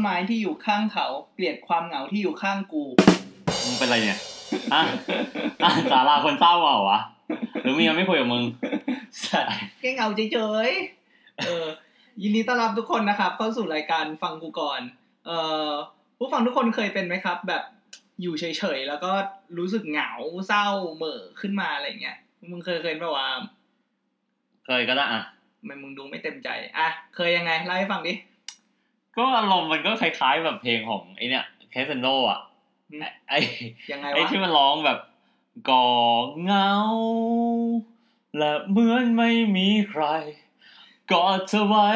ไม้ที่อยู่ข้างเขา เกลียดความเหงาที่อยู่ข้างกู มึงเป็นไรเนี่ยอ่ะอ่ะสาราคนเศร้าเปล่าวะหรือเมียไม่คุยกับมึง สัตว์แค่เหงาเฉยๆเออ ยินดีต้อนรับทุกคนนะครับ เข้าสู่รายการฟังกูก่อน เอ่อผู้ฟังทุกคนเคยเป็นไหมครับ แบบอยู่เฉยๆแล้วก็รู้สึกเหงาเศร้าเหม่อขึ้นมาอะไรเงี้ยมึงเคยเคยป่าวะ เคยก็ได้อ่ะ มันมึงดูไม่เต็มใจอ่ะเคยยังไงเล่าให้ฟังดิ ก็อารมณ์มันก็คล้ายๆแบบเพลงของไอเนี่ยเคสเซนโดอ่ะ อืม ไอ ยังไง ไอ วะ ที่มันร้องแบบก่อเงา และเหมือนไม่มีใครกอดเธอไว้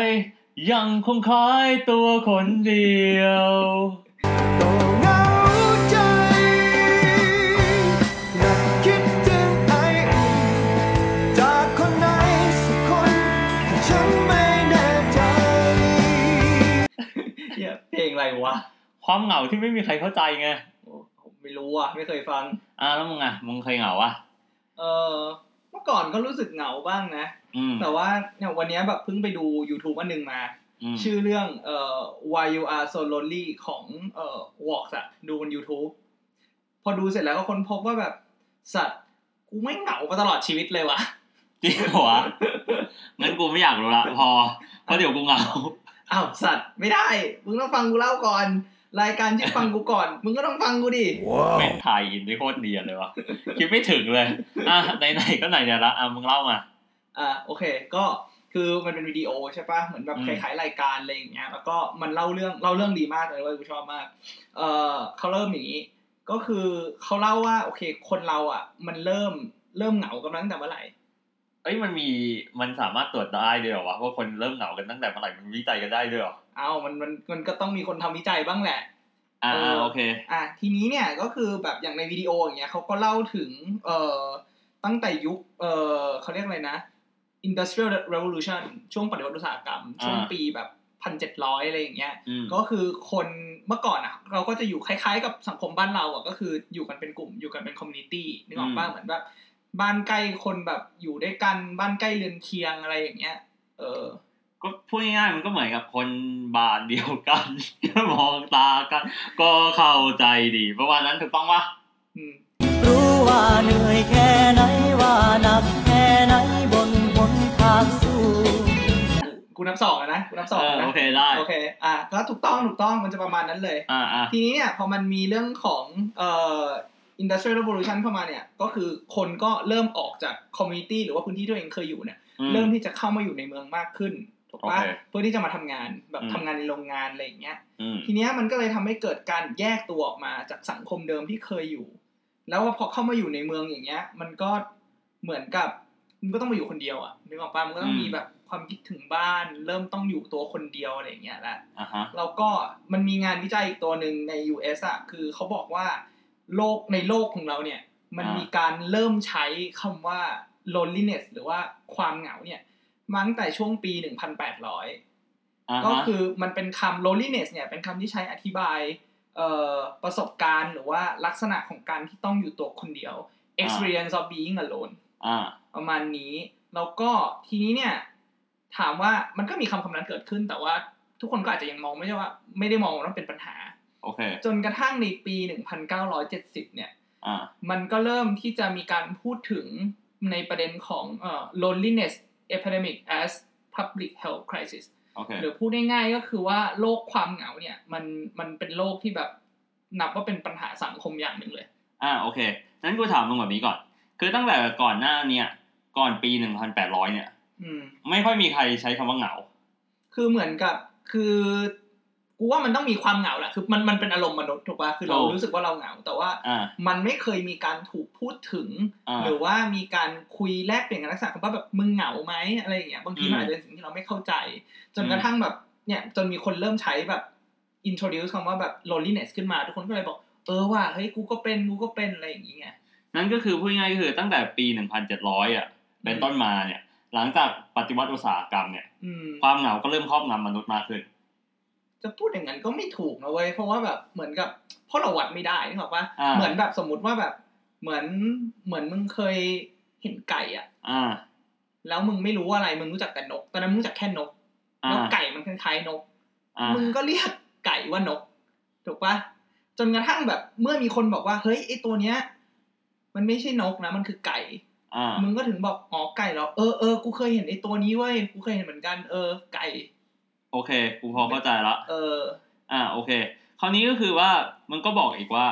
ยังคงคล้ายตัวคนเดียว ก็เหงาใจนั่งคิดถึงไออุ่นจากคนไหนสักคนที่ฉันไม่แน่ใจ เหี้ยเพลงอะไรวะ ความเหงาที่ไม่มีใครเข้าใจไง โอ้ผมไม่รู้อ่ะไม่เคยฟัง อ่ะแล้วมึงอ่ะมึงเคยเหงาอ่ะ เออเมื่อก่อนก็รู้สึกเหงาบ้างนะ อืม แต่ว่าเนี่ยวันเนี้ยแบบเพิ่งไปดู YouTube อันหนึ่งมา ม ชื่อเรื่องเอ่อ Why You Are So Lonely ของเอ่อ Walks อะดูบน YouTube พอดูเสร็จแล้วก็ค้นพบว่าแบบสัตว์กูไม่เหงามาตลอดชีวิตเลยว่ะ จริงเหรอวะงั้นกูไม่อยากรู้ละพอ เพราะเดี๋ยวกูเหงา อ้าวสัตว์ไม่ได้ มึงต้องฟังกูเล่าก่อน รายการที่อฟังกูก่อน มึงก็ต้องฟังกูดิ ว้าว แม่งถ่ายอินได้โคตรเนียนเลยวะคิดไม่ถึงเลย อ่ะไหนๆก็ไหนเนี่ยละอ่ะมึงเล่ามา อ่าโอเคก็คือมันเป็นวิดีโอใช่ปะเหมือนแบบ อืม คล้ายๆรายการอะไรอย่างเงี้ยแล้วก็มันเล่าเรื่องเล่าเรื่องดีมากเลยเว่ากูชอบมากเออเขาเริ่มอย่างนี้ ก็คือเขาเล่าว่าโอเค คนเราอ่ะ มันเริ่มเริ่มเหงากันมาตั้งแต่เมื่อไหร่ เอ้ยมันมีมันสามารถตรวจได้ด้วยเหรอวะว่าคนเริ่มเหงากันตั้งแต่เมื่อไหร่มันวิจัยกันได้ด้วยเหรอ เอามันมันมันก็ต้องมีคนทำวิจัยบ้างแหละ อ่า เออ โอเค อ่ะทีนี้เนี่ยก็คือแบบอย่างในวิดีโออย่างเงี้ยเขาก็เล่าถึงเอ่อตั้งแต่ยุคเอ่อเขาเรียกอะไรนะ industrial revolution ช่วงปฏิวัติอุตสาหกรรม ช่วง อ่า ปีแบบพันเจ็ดร้อยอะไรอย่างเงี้ย อืม ก็คือคนเมื่อก่อนอ่ะ เราก็จะอยู่คล้ายๆกับสังคมบ้านเราอ่ะก็คืออยู่กันเป็นกลุ่มอยู่กันเป็นคอมมูนิตี้นึกออกป่ะเหมือนแบบบ้านใกล้คนแบบอยู่ด้วยกันบ้านใกล้เรือนเคียงอะไรอย่างเงี้ย เออ ก็พูดง่ายๆมันก็เหมือนกับคนบานเดียวกัน มองตากัน ก็เข้าใจดีประมาณนั้นถูกต้องปะ อืม รู้ว่าเหนื่อยแค่ไหนว่าหนักแค่ไหนบนหนทางสู้ กูนับสองแล้วนะกูนับสอง เออ แล้ว โอ นะ เคได้ โอเคอ่ะก็ถูกต้องถูกต้องมันจะประมาณนั้นเลย อ่าอ่า ทีนี้เนี่ยพอมันมีเรื่องของเอ่อ industrial revolution เข้ามาเนี่ยก็คือคนก็เริ่มออกจากคอมมูนิตี้หรือว่าพื้นที่ที่ตัวเองเคยอยู่เนี่ย อื เริ่มที่จะเข้ามาอยู่ในเมืองมากขึ้นถูกปะ โอเค เพื่อที่จะมาทำงานแบบ อืม ทำงานในโรงงานอะไรอย่างเงี้ย อืม ทีเนี้ยมันก็เลยทำให้เกิดการแยกตัวออกมาจากสังคมเดิมที่เคยอยู่ แล้วพอเข้ามาอยู่ในเมืองอย่างเงี้ย มันก็เหมือนกับมันก็ต้องมาอยู่คนเดียวอ่ะนึกออกปะมันก็ต้องมีแบบความคิดถึงบ้าน เริ่มต้องอยู่ตัวคนเดียวอะไรอย่างเงี้ยแหละ อ่าฮะ แล้วก็มันมีงานวิจัยอีกตัวหนึ่งใน US อ่ะ คือเขาบอกว่าโลกในโลกของเราเนี่ย มันมีการเริ่มใช้คำว่า loneliness หรือว่าความเหงาเนี่ยมาตั้งแต่ช่วงปี 1,800 อ่า ก็ ฮะ คือมันเป็นคำ loneliness เนี่ย เป็นคำที่ใช้อธิบายเอ่อประสบการณ์หรือว่าลักษณะของการที่ต้องอยู่ตัวคนเดียว experience of being alone อ่า ประมาณนี้แล้วก็ทีนี้เนี่ย ถามว่ามันก็มีคำคำนั้นเกิดขึ้น แต่ว่าทุกคนก็อาจจะยังมองไม่ใช่ว่า ไม่ได้มองว่ามันเป็นปัญหา โอเค จนกระทั่งในปี 1970 เนี่ย อ่า มันก็เริ่มที่จะมีการพูดถึงในประเด็นของเอ่อ loneliness epidemic as public health crisis โอเค หรือพูดง่ายๆก็คือว่าโรคความเหงาเนี่ย มันมันเป็นโรคที่แบบนับว่าเป็นปัญหาสังคมอย่างหนึ่งเลย อ่าโอเคนั้นกูถามมึงแบบนี้ก่อน คือตั้งแต่ก่อนหน้าเนี่ย ก่อนปีหนึ่งพันแปดร้อยเนี่ย อืม ไม่ค่อยมีใครใช้คำว่าเหงา คือเหมือนกับคือกูว่ามันต้องมีความเหงาแหละคือมันมันเป็นอารมณ์มนุษย์ถูกป่ะคือเรา ถูก รู้สึกว่าเราเหงา แต่ว่า อ่า มันไม่เคยมีการถูกพูดถึง อ่า หรือว่ามีการคุยแลกเปลี่ยนกันลักษณะคำว่าแบบมึงเหงาไหมอะไรอย่างเงี้ยบางที อืม มันอาจจะเป็นสิ่งที่เราไม่เข้าใจ จนกระทั่งแบบเนี่ยจนมีคนเริ่มใช้แบบ introduce คำว่าแบบ loneliness ขึ้นมา ทุกคนก็เลยบอก เออว่ะเฮ้ยกูก็เป็นกูก็เป็นอะไรอย่างเงี้ย นั่นก็คือพูดง่ายๆก็คือตั้งแต่ปีหนึ่งพันเจ็ดร้อยอ่ะเป็นต้นมาเนี่ย หลังจากปฏิวัติอุตสาหกรรมเนี่ย อืม ความเหงาก็เริ่มครอบงำมนุษย์มากขึ้น จะพูดอย่างนั้นก็ไม่ถูกนะเว้ยเพราะว่าแบบเหมือนกับเพราะเราวัดไม่ได้นึกออกปะ อ่า เหมือนแบบสมมติว่าแบบเหมือนเหมือนมึงเคยเห็นไก่อะ อ่า แล้วมึงไม่รู้อะไรมึงรู้จักแต่นกตอนนั้นมึงรู้จักแค่นก อ่า แล้วไก่มันคล้ายๆนก อ่า มึงก็เรียก ไก่ว่านก ถูกปะจนกระทั่งแบบเมื่อมีคนบอกว่า เฮ้ยไอตัวเนี้ย มันไม่ใช่นกนะมันคือไก่ อ่า มึงก็ถึงบอกอ๋อไก่เหรอเออเออกูเคยเห็นไอตัวนี้เว้ยกูเคยเห็นเหมือนกันเออไก่ โอเค กูพอเข้าใจละ เออ อ่า โอเค คราวนี้ก็คือว่ามันก็บอกอีกว่า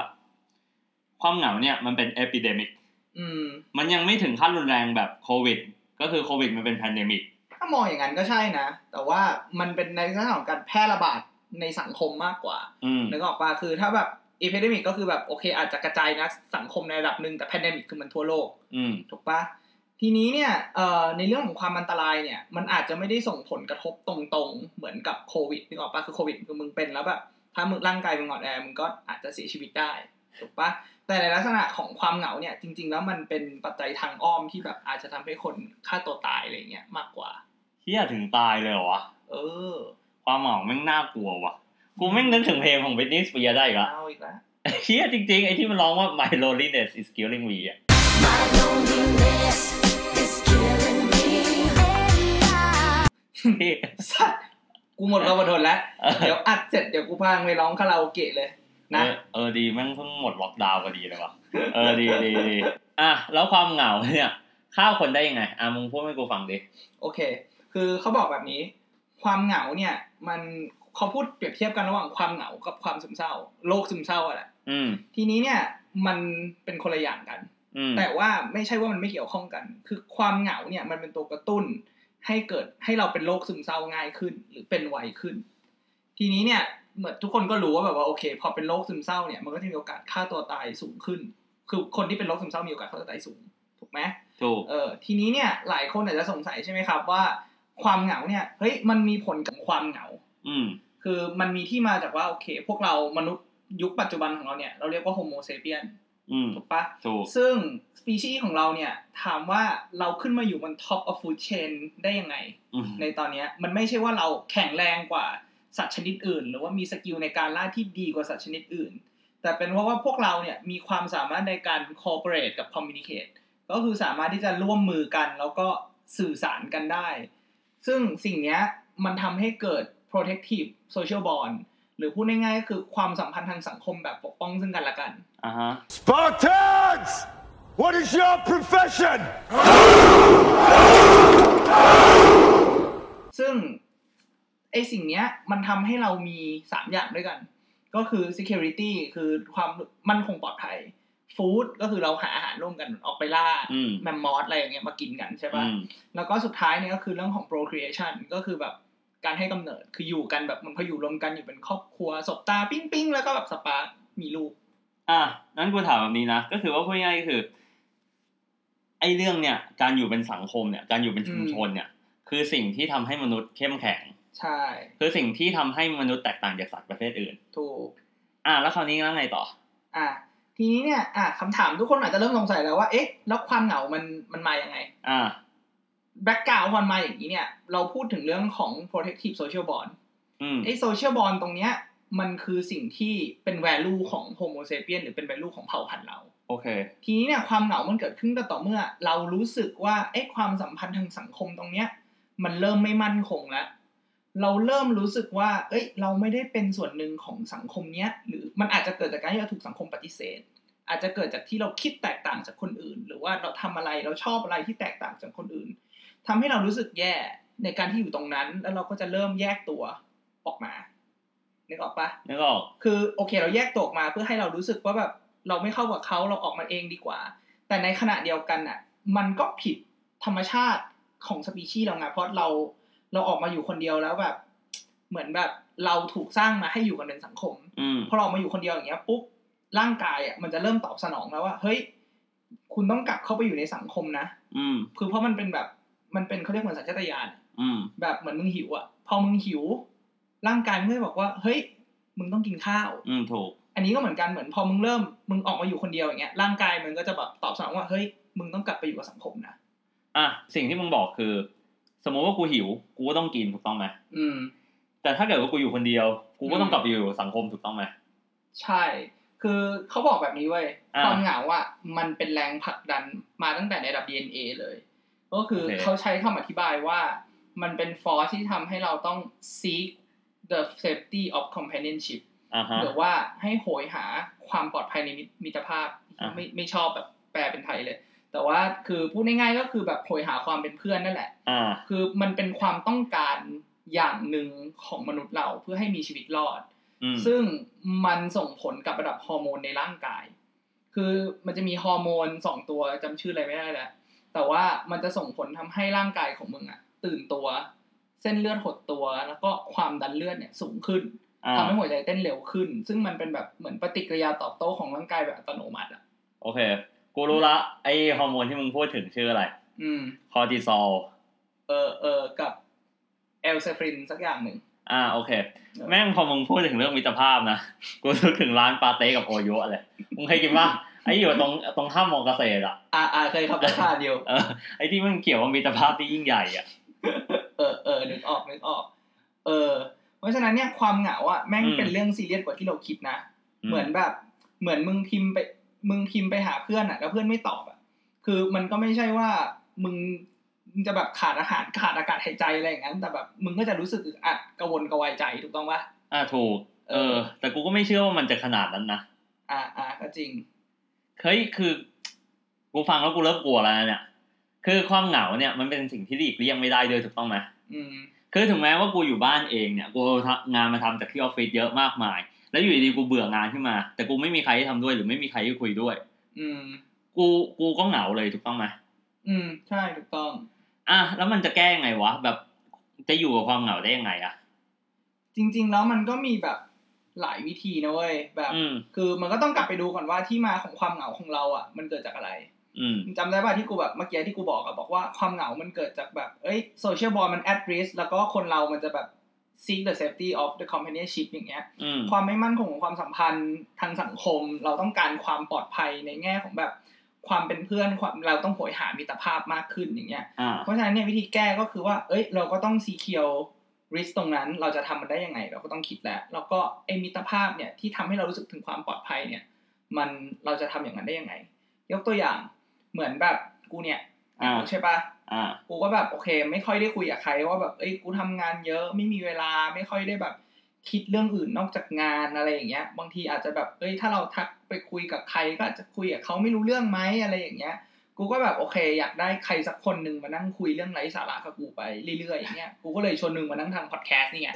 ความเหงาเนี่ยมันเป็นเอพิเดมิก อืม มันยังไม่ถึงขั้นรุนแรงแบบโควิด ก็คือโควิดมันเป็นแพนเดมิก ถ้ามองอย่างนั้นก็ใช่นะ แต่ว่ามันเป็นในลักษณะของการแพร่ระบาดในสังคมมากกว่า อืม นึกออกปะคือถ้าแบบอีเพดมิกก็คือแบบโอเค อาจจะกระจายนะสังคมในระดับหนึ่งแต่แพนเดมิกคือมันทั่วโลก อืม ถูกปะทีนี้เนี่ยเอ่อในเรื่องของความอันตรายเนี่ย มันอาจจะไม่ได้ส่งผลกระทบตรงๆ เหมือนกับโควิดนึกออกปะคือโควิดคือมึงเป็นแล้วแบบถ้ามึงร่างกายมึงอ่อนแอมึงก็อาจจะเสียชีวิตได้ถูกปะแต่ในลักษณะของความเหงาเนี่ย จริง ๆ แล้วมันเป็นปัจจัยทางอ้อมที่แบบอาจจะทำให้คนฆ่าตัวตายอะไรเงี้ยมากกว่า เฮียถึงตายเลยเหรอวะ เออ ความเหงาแม่งน่ากลัววะกูแม่งนึกถึงเพลงของ Britney Spears ได้อีกละ เอาอีกแล้ว เฮียจริงๆ ไอ้ที่มันร้องว่า my loneliness is killing me อ่ะ My loneliness is killing me. พี่ สัตว์กูหมดความอดทนแล้ว เออ เดี๋ยวอัดเสร็จเดี๋ยวกูพามึงไปร้องคาราโอเกะเลยนะ เออเออดีแม่งเพิ่งหมดล็อกดาวน์พอดีเลยวะเออดีดีดีอ่ะ แล้วความเหงาเนี่ยฆ่าคนได้ยังไง อ่ะมึงพูดให้กูฟังดิ โอเค คือเขาบอกแบบนี้ ความเหงาเนี่ย มันเขาพูดเปรียบเทียบกันระหว่างความเหงากับความซึมเศร้า โรคซึมเศร้าอะแหละ อืม ทีนี้เนี่ยมันเป็นคนละอย่างกัน อืม แต่ว่าไม่ใช่ว่ามันไม่เกี่ยวข้องกัน คือความเหงาเนี่ยมันเป็นตัวกระตุ้น ให้เกิดให้เราเป็นโรคซึมเศร้าง่ายขึ้น หรือเป็นไวขึ้น ทีนี้เนี่ยเหมือนทุกคนก็รู้ว่าแบบว่าโอเค พอเป็นโรคซึมเศร้าเนี่ยมันก็จะมีโอกาสฆ่าตัวตายสูงขึ้น คือคนที่เป็นโรคซึมเศร้ามีโอกาสฆ่าตัวตายสูงถูกไหม ถูก เออทีนี้เนี่ยหลายคนอาจจะสงสัยใช่ไหมครับว่าความเหงาเนี่ยเฮ้ยมันมีผลกับความเหงา อืม คือมันมีที่มาจากว่าโอเค พวกเรามนุษย์ยุคปัจจุบันของเราเนี่ยเราเรียกว่าโฮโมเซเปียน อืม ถูกปะ ถูก ซึ่งสปีชีส์ของเราเนี่ยถามว่าเราขึ้นมาอยู่บน top of food chain ได้ยังไง อืม ในตอนเนี้ยมันไม่ใช่ว่าเราแข็งแรงกว่าสัตว์ชนิดอื่น หรือว่ามีสกิลในการล่าที่ดีกว่าสัตว์ชนิดอื่น แต่เป็นเพราะว่าพวกเราเนี่ยมีความสามารถในการ cooperate กับ communicate ก็คือสามารถที่จะร่วมมือกันแล้วก็สื่อสารกันได้ ซึ่งสิ่งเนี้ยมันทำให้เกิด protective social bond หรือพูดง่ายๆก็คือความสัมพันธ์ทางสังคมแบบปกป้องซึ่งกันและกัน อ่ะฮะ Spartans! What is your profession? ซึ่งไอสิ่งเนี้ยมันทำให้เรามี 3 อย่างด้วยกัน ก็คือ security คือความมั่นคงปลอดภัย food ก็คือเราหาอาหารร่วมกันออกไปล่า อืม แมมมอสอะไรอย่างเงี้ยมากินกันใช่ อื ปะ่ะ ม แล้วก็สุดท้ายเนี่ยก็คือเรื่องของ procreation ก็คือแบบการให้กำเนิดคืออยู่กันแบบมันพออยู่รวมกันอยู่เป็นครอบครัวสบตาปิ้งปิ้งแล้วก็แบบสปาร์คมีลูก อ่ะนั้นกูถามแบบนี้นะ ก็คือว่าพูดง่ายๆก็คือ ไอ้เรื่องเนี่ย การอยู่เป็นสังคมเนี่ย การอยู่เป็นชุมชนเนี่ย คือสิ่งที่ทำให้มนุษย์เข้มแข็ง ใช่ คือสิ่งที่ทำให้มนุษย์แตกต่างจากสัตว์ประเภทอื่น ถูก อ่ะแล้วคราวนี้แล้วไงต่อ อ่ะทีนี้เนี่ยอ่ะคำถามทุกคนอาจจะเริ่มสงสัยแล้วว่าเอ๊ะแล้วความเหงามันมันมาอย่างไง อ่ะ แบ็กกราวด์พอมาอย่างนี้เนี่ย เราพูดถึงเรื่องของ protective social bond อืม ไอ้ social bond ตรงเนี้ยมันคือสิ่งที่เป็น value ของ homo sapien หรือเป็น value ของเผ่าพันธุ์เรา โอเค ทีนี้เนี่ยความเหงา มันเกิดขึ้นก็ต่อเมื่อ เรารู้สึกว่าไอ้ความสัมพันธ์ทางสังคมตรงเนี้ย มันเริ่มไม่มั่นคงแล้ว เราเริ่มรู้สึกว่า เอ้ย เราไม่ได้เป็นส่วนหนึ่งของสังคมเนี้ย หรือมันอาจจะเกิดจากการที่เราถูกสังคมปฏิเสธ อาจจะเกิดจากที่เราคิดแตกต่างจากคนอื่น หรือว่าเราทำอะไรเราชอบอะไรที่แตกต่างจากคนอื่นทำให้เรารู้สึกแย่ในการที่อยู่ตรงนั้น แล้วเราก็จะเริ่มแยกตัวออกมานึกออกปะ นึกออก คือโอเคเราแยกตัวออกมาเพื่อให้เรารู้สึกว่าแบบเราไม่เข้ากับเขาเราออกมาเองดีกว่า แต่ในขณะเดียวกันน่ะ มันก็ผิดธรรมชาติของสปีชีส์เราไงเพราะเราเราออกมาอยู่คนเดียวแล้วแบบ เหมือนแบบเราถูกสร้างมาให้อยู่กันเป็นสังคม อืม พอเราออกมาอยู่คนเดียวอย่างเงี้ยปุ๊บร่างกายอ่ะมันจะเริ่มตอบสนองแล้วว่าเฮ้ย คุณต้องกลับเข้าไปอยู่ในสังคมนะ อืม คือเพราะมันเป็นแบบมันเป็นเขาเรียกเหมือนสัญชาตญาณ อืม แบบเหมือนมึงหิวอ่ะ พอมึงหิว ร่างกายมันก็จะบอกว่า เฮ้ย มึงต้องกินข้าว อืม ถูก อันนี้ก็เหมือนกันเหมือนพอมึงเริ่มมึงออกมาอยู่คนเดียวอย่างเงี้ยร่างกายมันก็จะแบบตอบสนองว่าเฮ้ยมึงต้องกลับไปอยู่กับสังคมนะ อ่ะ สิ่งที่มึงบอกคือ สมมติว่ากูหิว กูก็ต้องกินถูกต้องไหม อืม แต่ถ้าเกิดว่ากูอยู่คนเดียว กูก็ต้องกลับไปอยู่สังคมถูกต้องไหม ใช่ คือเขาบอกแบบนี้เว้ย อ่า ความเหงาอ่ะมันเป็นแรงผลักดันมาตั้งแต่ในระดับ DNA เลย ก็คือ โอเค เขาใช้คำอธิบายว่า มันเป็นฟอร์สที่ทำให้เราต้อง seek the safety of companionship อ่าฮะ หรือว่าให้โหยหาความปลอดภัยในมิตมิตรภาพ อ่า ไม่ไม่ชอบแบบแปลเป็นไทยเลย แต่ว่าคือพูดง่ายๆก็คือแบบโหยหาความเป็นเพื่อนนั่นแหละ อ่า คือมันเป็นความต้องการอย่างหนึ่งของมนุษย์เราเพื่อให้มีชีวิตรอด อืม ซึ่งมันส่งผลกับระดับฮอร์โมนในร่างกาย คือมันจะมีฮอร์โมนสองตัวจำชื่ออะไรไม่ได้แล้ว แต่ว่ามันจะส่งผลทำให้ร่างกายของมึงอะตื่นตัว เส้นเลือดหดตัว แล้วก็ความดันเลือดเนี่ยสูงขึ้น อ่า ทำให้หัวใจเต้นเร็วขึ้น ซึ่งมันเป็นแบบเหมือนปฏิกิริยาตอบโต้ของร่างกายแบบอัตโนมัติอ่ะ โอเค กูรู้ละ ไอฮอร์โมนที่มึงพูดถึงชื่ออะไร อืม คอร์ติซอล เออเออกับเอลเซฟรินสักอย่างหนึ่ง อ่า โอเค แม่งพอมึงพูดถึงเรื่องมิตรภาพนะ กูนึกถึงร้านปาเต้กับโอโยะเลยมึงเคยกินปะไออยู่ตรงตรงท่ามมอเกษตรอ่ะ อ่าอ่าเคยขับรถผ่านอยู่ เออ ไอที่มันเขียนว่ามิตรภาพที่ยิ่งใหญ่อ่ะ เออเออนึกออกนึกออก เออ เพราะฉะนั้นเนี่ยความเหงาอ่ะแม่ง อืม เป็นเรื่องซีเรียสกว่าที่เราคิดนะ เหมือนแบบ เหมือนมึงพิมพ์ไป มึงพิมพ์ไปหาเพื่อนอ่ะ แล้วเพื่อนไม่ตอบอ่ะ คือมันก็ไม่ใช่ว่ามึงมึงจะแบบขาดอาหารขาดอากาศหายใจอะไรอย่างนั้น แต่แบบมึงก็จะรู้สึกอึดอัดกระวนกระวายใจถูกต้องปะ อ่าถูก เออ แต่กูก็ไม่เชื่อว่ามันจะขนาดนั้นนะ อ่าอ่าก็จริง เฮ้ยคือกูฟังแล้วกูเริ่มกลัวแล้วนะเนี่ย คือความเหงาเนี่ยมันเป็นสิ่งที่หลีกเลี่ยงไม่ได้ด้วยถูกต้องไหม อืม คือถึงแม้ว่ากูอยู่บ้านเองเนี่ยกูเอางานมาทำจากที่ออฟฟิศเยอะมากมาย แล้วอยู่ดีๆกูเบื่องานขึ้นมา แต่กูไม่มีใครให้ทำด้วยหรือไม่มีใครให้คุยด้วย อืม กูกูก็เหงาเลยถูกต้องไหม อืม ใช่ถูกต้อง อ่ะแล้วมันจะแก้ยังไงวะแบบจะอยู่กับความเหงาได้ยังไงอ่ะ จริง ๆ แล้วมันก็มีแบบหลายวิธีนะเว้ยแบบ อืม คือมันก็ต้องกลับไปดูก่อนว่าที่มาของความเหงาของเราอ่ะ มันเกิดจากอะไร อืม จำได้ป่ะที่กูแบบเมื่อกี้ที่กูบอกอะบอกว่าความเหงา มันเกิดจากแบบ เอ้ยโซเชียลบอลมันแอดริสแล้วก็คนเรามันจะแบบ seek the safety of the companionship อย่างเงี้ย อืม ความไม่มั่นคงของความสัมพันธ์ทางสังคม เราต้องการความปลอดภัยในแง่ของแบบความเป็นเพื่อนความเราต้องโหยหามิตรภาพมากขึ้นอย่างเงี้ย อ่า เพราะฉะนั้นเนี่ยวิธีแก้ก็คือว่า เอ้ย เราก็ต้องซีเคียวริสตรงนั้น เราจะทำมันได้ยังไง เราก็ต้องคิดแล้ว แล้วก็ไอมิตรภาพเนี่ยที่ทำให้เรารู้สึกถึงความปลอดภัยเนี่ย มันเราจะทำอย่างนั้นได้ยังไง ยกตัวอย่างเหมือนแบบกูเนี่ย อ่า ใช่ปะ อ่า กูก็แบบโอเค ไม่ค่อยได้คุยกับใครว่าแบบเอ้ยกูทำงานเยอะไม่มีเวลาไม่ค่อยได้แบบคิดเรื่องอื่นนอกจากงานอะไรอย่างเงี้ย บางทีอาจจะแบบเอ้ยถ้าเราทักไปคุยกับใครก็อาจจะคุยกับเขาไม่รู้เรื่องไหมอะไรอย่างเงี้ย กูก็แบบโอเค อยากได้ใครสักคนหนึ่งมานั่งคุยเรื่องไร้สาระกับกูไปเรื่อยๆอย่างเงี้ยกูก็เลยชวนหนึ่งมานั่งทำพอดแคสต์นี่ไง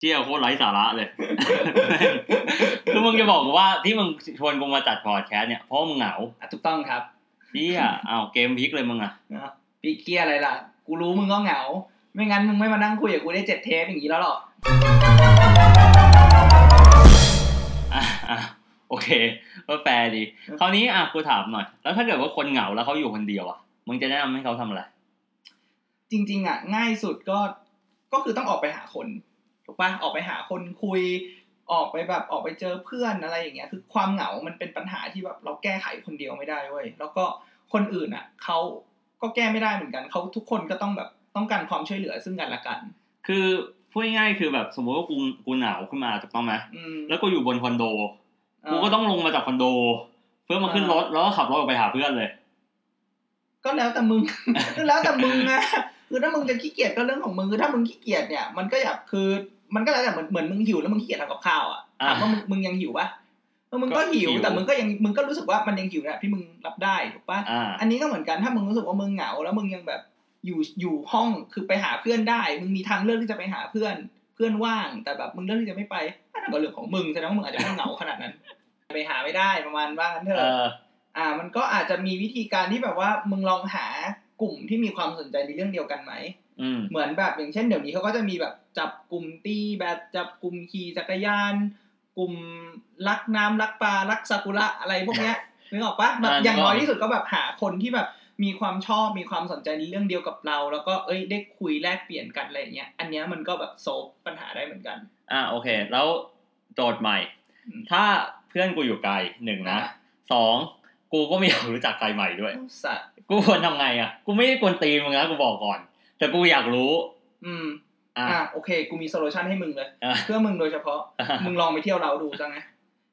เที่ยวโคตรไร้สาระเลย คือมึงจะบอกกูว่าที่มึงชวนกูมาจัดพอดแคสต์เนี่ยเพราะมึงเหงา อ่ะถูกต้องครับ เชี่ยอ้าวเกมพลิกเลยมึงอะ นะปีเกียอะไรล่ะ กูรู้มึงก็เหงา ไม่งั้นมึงไม่มานั่งคุยกับกูได้เจ็ดเทปอย่างนี้แล้วหรอก อ่ะอ่ะโอเคก็แฟร์ดี คราวนี้อ่ะกูถามหน่อย แล้วถ้าเกิดว่าคนเหงาแล้วเขาอยู่คนเดียวอะมึงจะแนะนำให้เขาทำอะไร จริง ๆ อ่ะ ง่ายสุดก็ก็คือต้องออกไปหาคนถูกปะออกไปหาคนคุย ออกไปแบบออกไปเจอเพื่อนอะไรอย่างเงี้ย คือความเหงา มันเป็นปัญหาที่แบบเราแก้ไขคนเดียวไม่ได้เว้ยแล้วก็คนอื่นอ่ะเขาก็แก้ไม่ได้เหมือนกันเขาทุกคนก็ต้องแบบต้องการความช่วยเหลือซึ่งกันและกัน คือพูดง่ายๆคือแบบสมมติว่ากูกูเหงาขึ้นมาถูกต้องไหม อืม แล้วกูอยู่บนคอนโด เอ่อ กูก็ต้องลงมาจากคอนโด เพื่อมาขึ้นรถแล้วก็ขับรถออกไปหาเพื่อนเลย ก็แล้วแต่มึง ก็แล้วแต่มึงนะคือถ้ามึงจะขี้เกียจก็เรื่องของมึงคือถ้ามึงขี้เกียจเนี่ยมันก็อยากคือมันก็แล้วแต่เหมือนเหมือนมึงหิวแล้วมึงขี้เกียจทำกับข้าวอ่ะ อ่า ถามว่ามึงมึงยังหิวปะเออมึงก็ ก็หิ หิ ว วแต่มึงก็ยังมึงก็รู้สึกว่ามันยังหิวนะที่มึงรับได้ถูกปะ อ่า อันนี้ก็เหมือนกันถ้ามึงรู้สึกว่ามึงเหงา แล้วมึงยังแบบอยู่อยู่ห้องคือไปหาเพื่อนได้ มึงมีทางเลือกที่จะไปหาเพื่อนเพื่อนว่าง แต่แบบมึงเลือกที่จะไม่ไปอันนั้นก็เรื่องของมึงแสดงว่ามึงอาจจะไม่เหงาขนาดนั้น ไปหาไม่ได้ประมาณว่างั้นเถ เอ อะ อ อ่ามันก็อาจจะมีวิธีการที่แบบว่ามึงลองหากลุ่มที่มีความสนใจในเรื่องเดียวกันไหม อืม เหมือนแบบอย่างเช่นเดี๋ยวนี้เขาก็จะมีแบบจับกลุ่มตีแบดจับกลุ่มขี่จักรยาน กลุ่มรักน้ำรักปลารักซากุระอะไรพวก เนี้ย นึกออกปะแบบ อ่า อย่างน้อย นึกออก ที่สุดก็แบบหาคนที่แบบมีความชอบมีความสนใจในเรื่องเดียวกับเรา แล้วก็เอ้ยได้คุยแลกเปลี่ยนกันอะไรอย่างเงี้ยอันเนี้ยมันก็แบบโซฟปัญหาได้เหมือนกัน อ่าโอเค แล้วโจทย์ใหม่ อืม ถ้าเพื่อนกูอยู่ไกลหนึ่งนะสองกูก็ไม่อยากรู้จักใครใหม่ด้วย สัตว์ กูควรทำไงอ่ะ กูไม่ได้กวนตีนมึงนะกูบอกก่อน แต่กูอยากรู้ อืม อ่ะ อ่ะโอเค กูมีโซลูชันให้มึงเลย อ่ะ เพื่อมึงโดยเฉพาะ มึงลองไปเที่ยวเราดูจังไง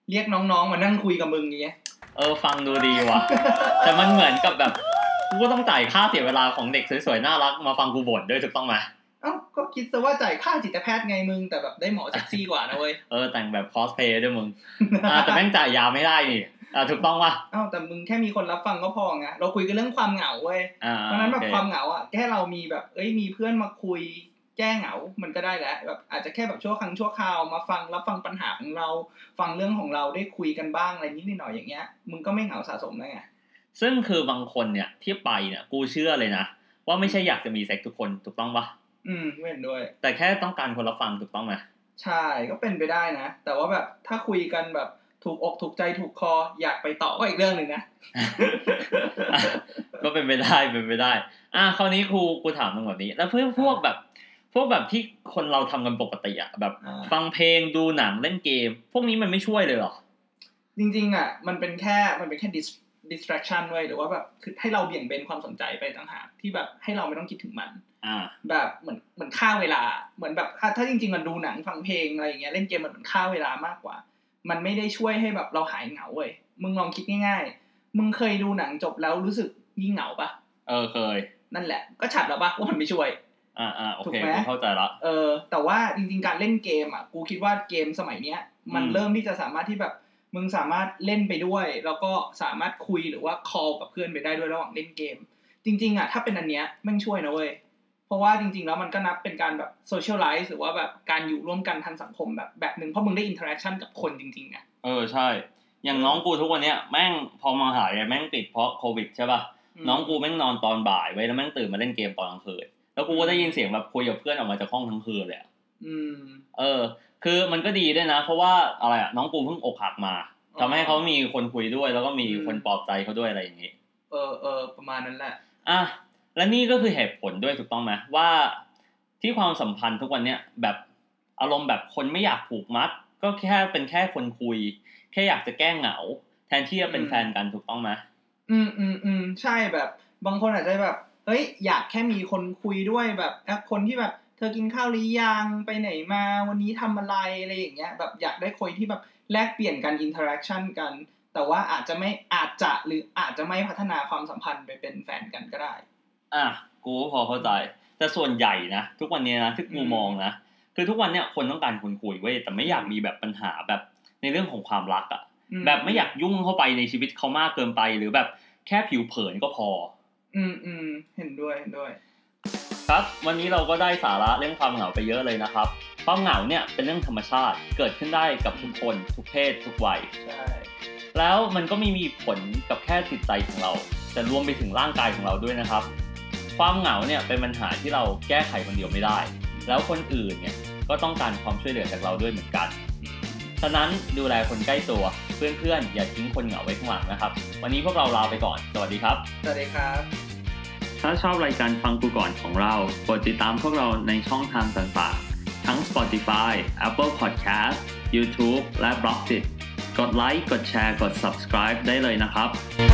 เรียกน้องๆ มานั่งคุยกับมึงอย่างเงี้ย เออฟังดูดีว่ะ แต่มันเหมือนกับแบบ กูก็ต้องจ่ายค่าเสียเวลาของเด็กสวยๆ น่ารักมาฟังกูบ่นด้วยถูกต้องไหม เอ้าก็คิดซะว่าจ่ายค่าจิตแพทย์ไงมึงแต่แบบได้หมอเซ็กซี่กว่านะเว้ ย เออแต่งแบบคอสเพย์ด้วยมึงอ่าแต่แม่งจ่ายยาไม่ได้นี่อ่าถูกต้องป่ะ เอ้าแต่มึงแค่มีคนรับฟังก็พอไงเราคุยกันเรื่องความเหงาเว้ย อ่า เพราะฉะนั้นแบบ โอเ ความเหงาอ่ะแค่เรามีแบบเอ้ยมีเพื่อนมาคุยแก้เหงา มันก็ได้แล้วแบบอาจจะแค่แบบชั่วครั้งชั่วคราวมาฟังรับฟังปัญหาของเรา ฟังเรื่องของเราได้คุยกันบ้างอะไรนิดหน่อยอย่างเงี้ยมึงก็ไม่เหงาสะสมแล้วไง ซึ่งคือบางคนเนี่ยที่ไปเนี่ยกูเชื่อเลยนะ ว่าไม่ใช่อยากจะมีเซ็กทุกคนถูกต้องปะ อืมเว้นด้วย แต่แค่ต้องการคนรับฟังถูกต้องไหม ใช่ก็เป็นไปได้นะ แต่ว่าแบบถ้าคุยกันแบบถูกอกถูกใจถูกคออยากไปต่อก็อีกเรื่องหนึ่ง นะ อ่ะ ก็เป็นไปได้เป็นไปได้ อ่ะคราวนี้ครูกูถามมึงแบบนี้ แล้วเพื่อพวกแบบ พวกแบบที่คนเราทำกันปกติอะแบบ อ่า ฟังเพลงดูหนังเล่นเกม พวกนี้มันไม่ช่วยเลยเหรอ จริงๆอ่ะมันเป็นแค่มันเป็นแค่ dis- distraction เว้ยหรือว่าแบบคือให้เราเบี่ยงเบนความสนใจไปต่างหากที่แบบให้เราไม่ต้องคิดถึงมัน อ่า แบบเหมือนเหมือนฆ่าเวลาเหมือนแบบถ้าถ้าจริง ๆ มันดูหนังฟังเพลงอะไรอย่างเงี้ยเล่นเกมมันเหมือนฆ่าเวลามากกว่า มันไม่ได้ช่วยให้แบบเราหายเหงาเว้ยมึงลองคิดง่ายๆ มึงเคยดูหนังจบแล้วรู้สึกยิ่งเหงาปะ เออเคย นั่นแหละก็ฉัดแล้วปะว่ามันไม่ช่วย อ่าอ่าโอ ถู เค กไหม กูเข้าใจละ เออแต่ว่าจริงๆการเล่นเกมอ่ะกูคิดว่าเกมสมัยเนี้ย มัน อืม เริ่มที่จะสามารถที่แบบมึงสามารถเล่นไปด้วย แล้วก็สามารถคุยหรือว่า call กับเพื่อนไปได้ด้วยระหว่างเล่นเกม จริง ๆอ่ะถ้าเป็นอันเนี้ยแม่งช่วยนะเว้ยเพราะว่าจริง ๆ แล้วมันก็นับเป็นการแบบ socialize หรือว่าแบบการอยู่ร่วมกันทางสังคมแบบแบบหนึ่งเพราะมึงได้ interaction กับคนจริงๆอ่ะ เออใช่ อย่างน้องกูทุกวันเนี้ยแม่งพอมาหาเนี่ยแม่งติดเพราะโควิดใช่ป่ะ น้องกูแม่งนอนตอนบ่ายไว้ยแล้วแม่งตื่นมาเล่นเกมตอนกลางคืน แล้วกูก็ได้ยินเสียงแบบคุยกับเพื่อนออกมาจากห้องทั้งคืนเลยอะ อืม เออ คือมันก็ดีด้วยนะ เพราะว่าอะไรอะน้องกูเพิ่งอกหักมา อ๋อ ทำให้เขามีคนคุยด้วย แล้วก็มี อืม คนปลอบใจเขาด้วยอะไรอย่างงี้ เออเออประมาณนั้นแหละ อ่ะ และนี่ก็คือเหตุผลด้วยถูกต้องไหมว่าที่ความสัมพันธ์ทุกวันเนี้ยแบบอารมณ์แบบคนไม่อยากผูกมัด ก็แค่เป็นแค่คนคุย แค่อยากจะแก้เหงา แทนที่จะเป็น อืม แฟนกันถูกต้องไหม อืมอืมอืมใช่แบบบางคนอาจจะแบบเฮ้ยอยากแค่มีคนคุยด้วยแบบเอ้ยคนที่แบบ เธอกินข้าวหรือยังไปไหนมาวันนี้ทำอะไรอะไรอย่างเงี้ยแบบอยากได้คนที่แบบแลกเปลี่ยนกันอินเทอร์แอคชั่นกัน แต่ว่าอาจจะไม่อาจจะหรืออาจจะไม่พัฒนาความสัมพันธ์ไปเป็นแฟนกันก็ได้ อ่ะกูก็พอเข้าใจ แต่ส่วนใหญ่นะ ทุกวันเนี้ยนะที่กู อืม มองนะคือทุกวันเนี้ยคนต้องการคนคุยเว้ยแต่ไม่อยากมีแบบปัญหาแบบในเรื่องของความรักอะ อื แบบไม่อยากยุ่งเข้าไปในชีวิตเขามากเกินไป หรือแบบแค่ผิวเผินก็พอ อืมอืมเห็นด้วยเห็นด้วย ครับ วันนี้เราก็ได้สาระเรื่องความเหงาไปเยอะเลยนะครับ ความเหงาเนี่ยเป็นเรื่องธรรมชาติเกิดขึ้นได้กับทุกคนทุกเพศทุกวัย ใช่ แล้วมันก็ไมีมีผลกับแค่จิตใจของเรา แต่รวมไปถึงร่างกายของเราด้วยนะครับ ความเหงาเนี่ยเป็นปัญหาที่เราแก้ไขคนเดียวไม่ได้ แล้วคนอื่นเนี่ยก็ต้องการความช่วยเหลือจากเราด้วยเหมือนกัน ฉะนั้นดูแลคนใกล้ตัว เพื่อนๆ อย่าทิ้งคนเหงาไว้ข้างหลังนะครับ วันนี้พวกเราลาไปก่อน สวัสดีครับ สวัสดีครับ ถ้าชอบรายการฟังกูก่อนของเรา กดติดตามพวกเราในช่องทางต่างๆ ทั้ง Spotify, Apple Podcast, YouTube และ b l o g d i t กดไลค์ กดแชร์ กด subscribe ได้เลยนะครับ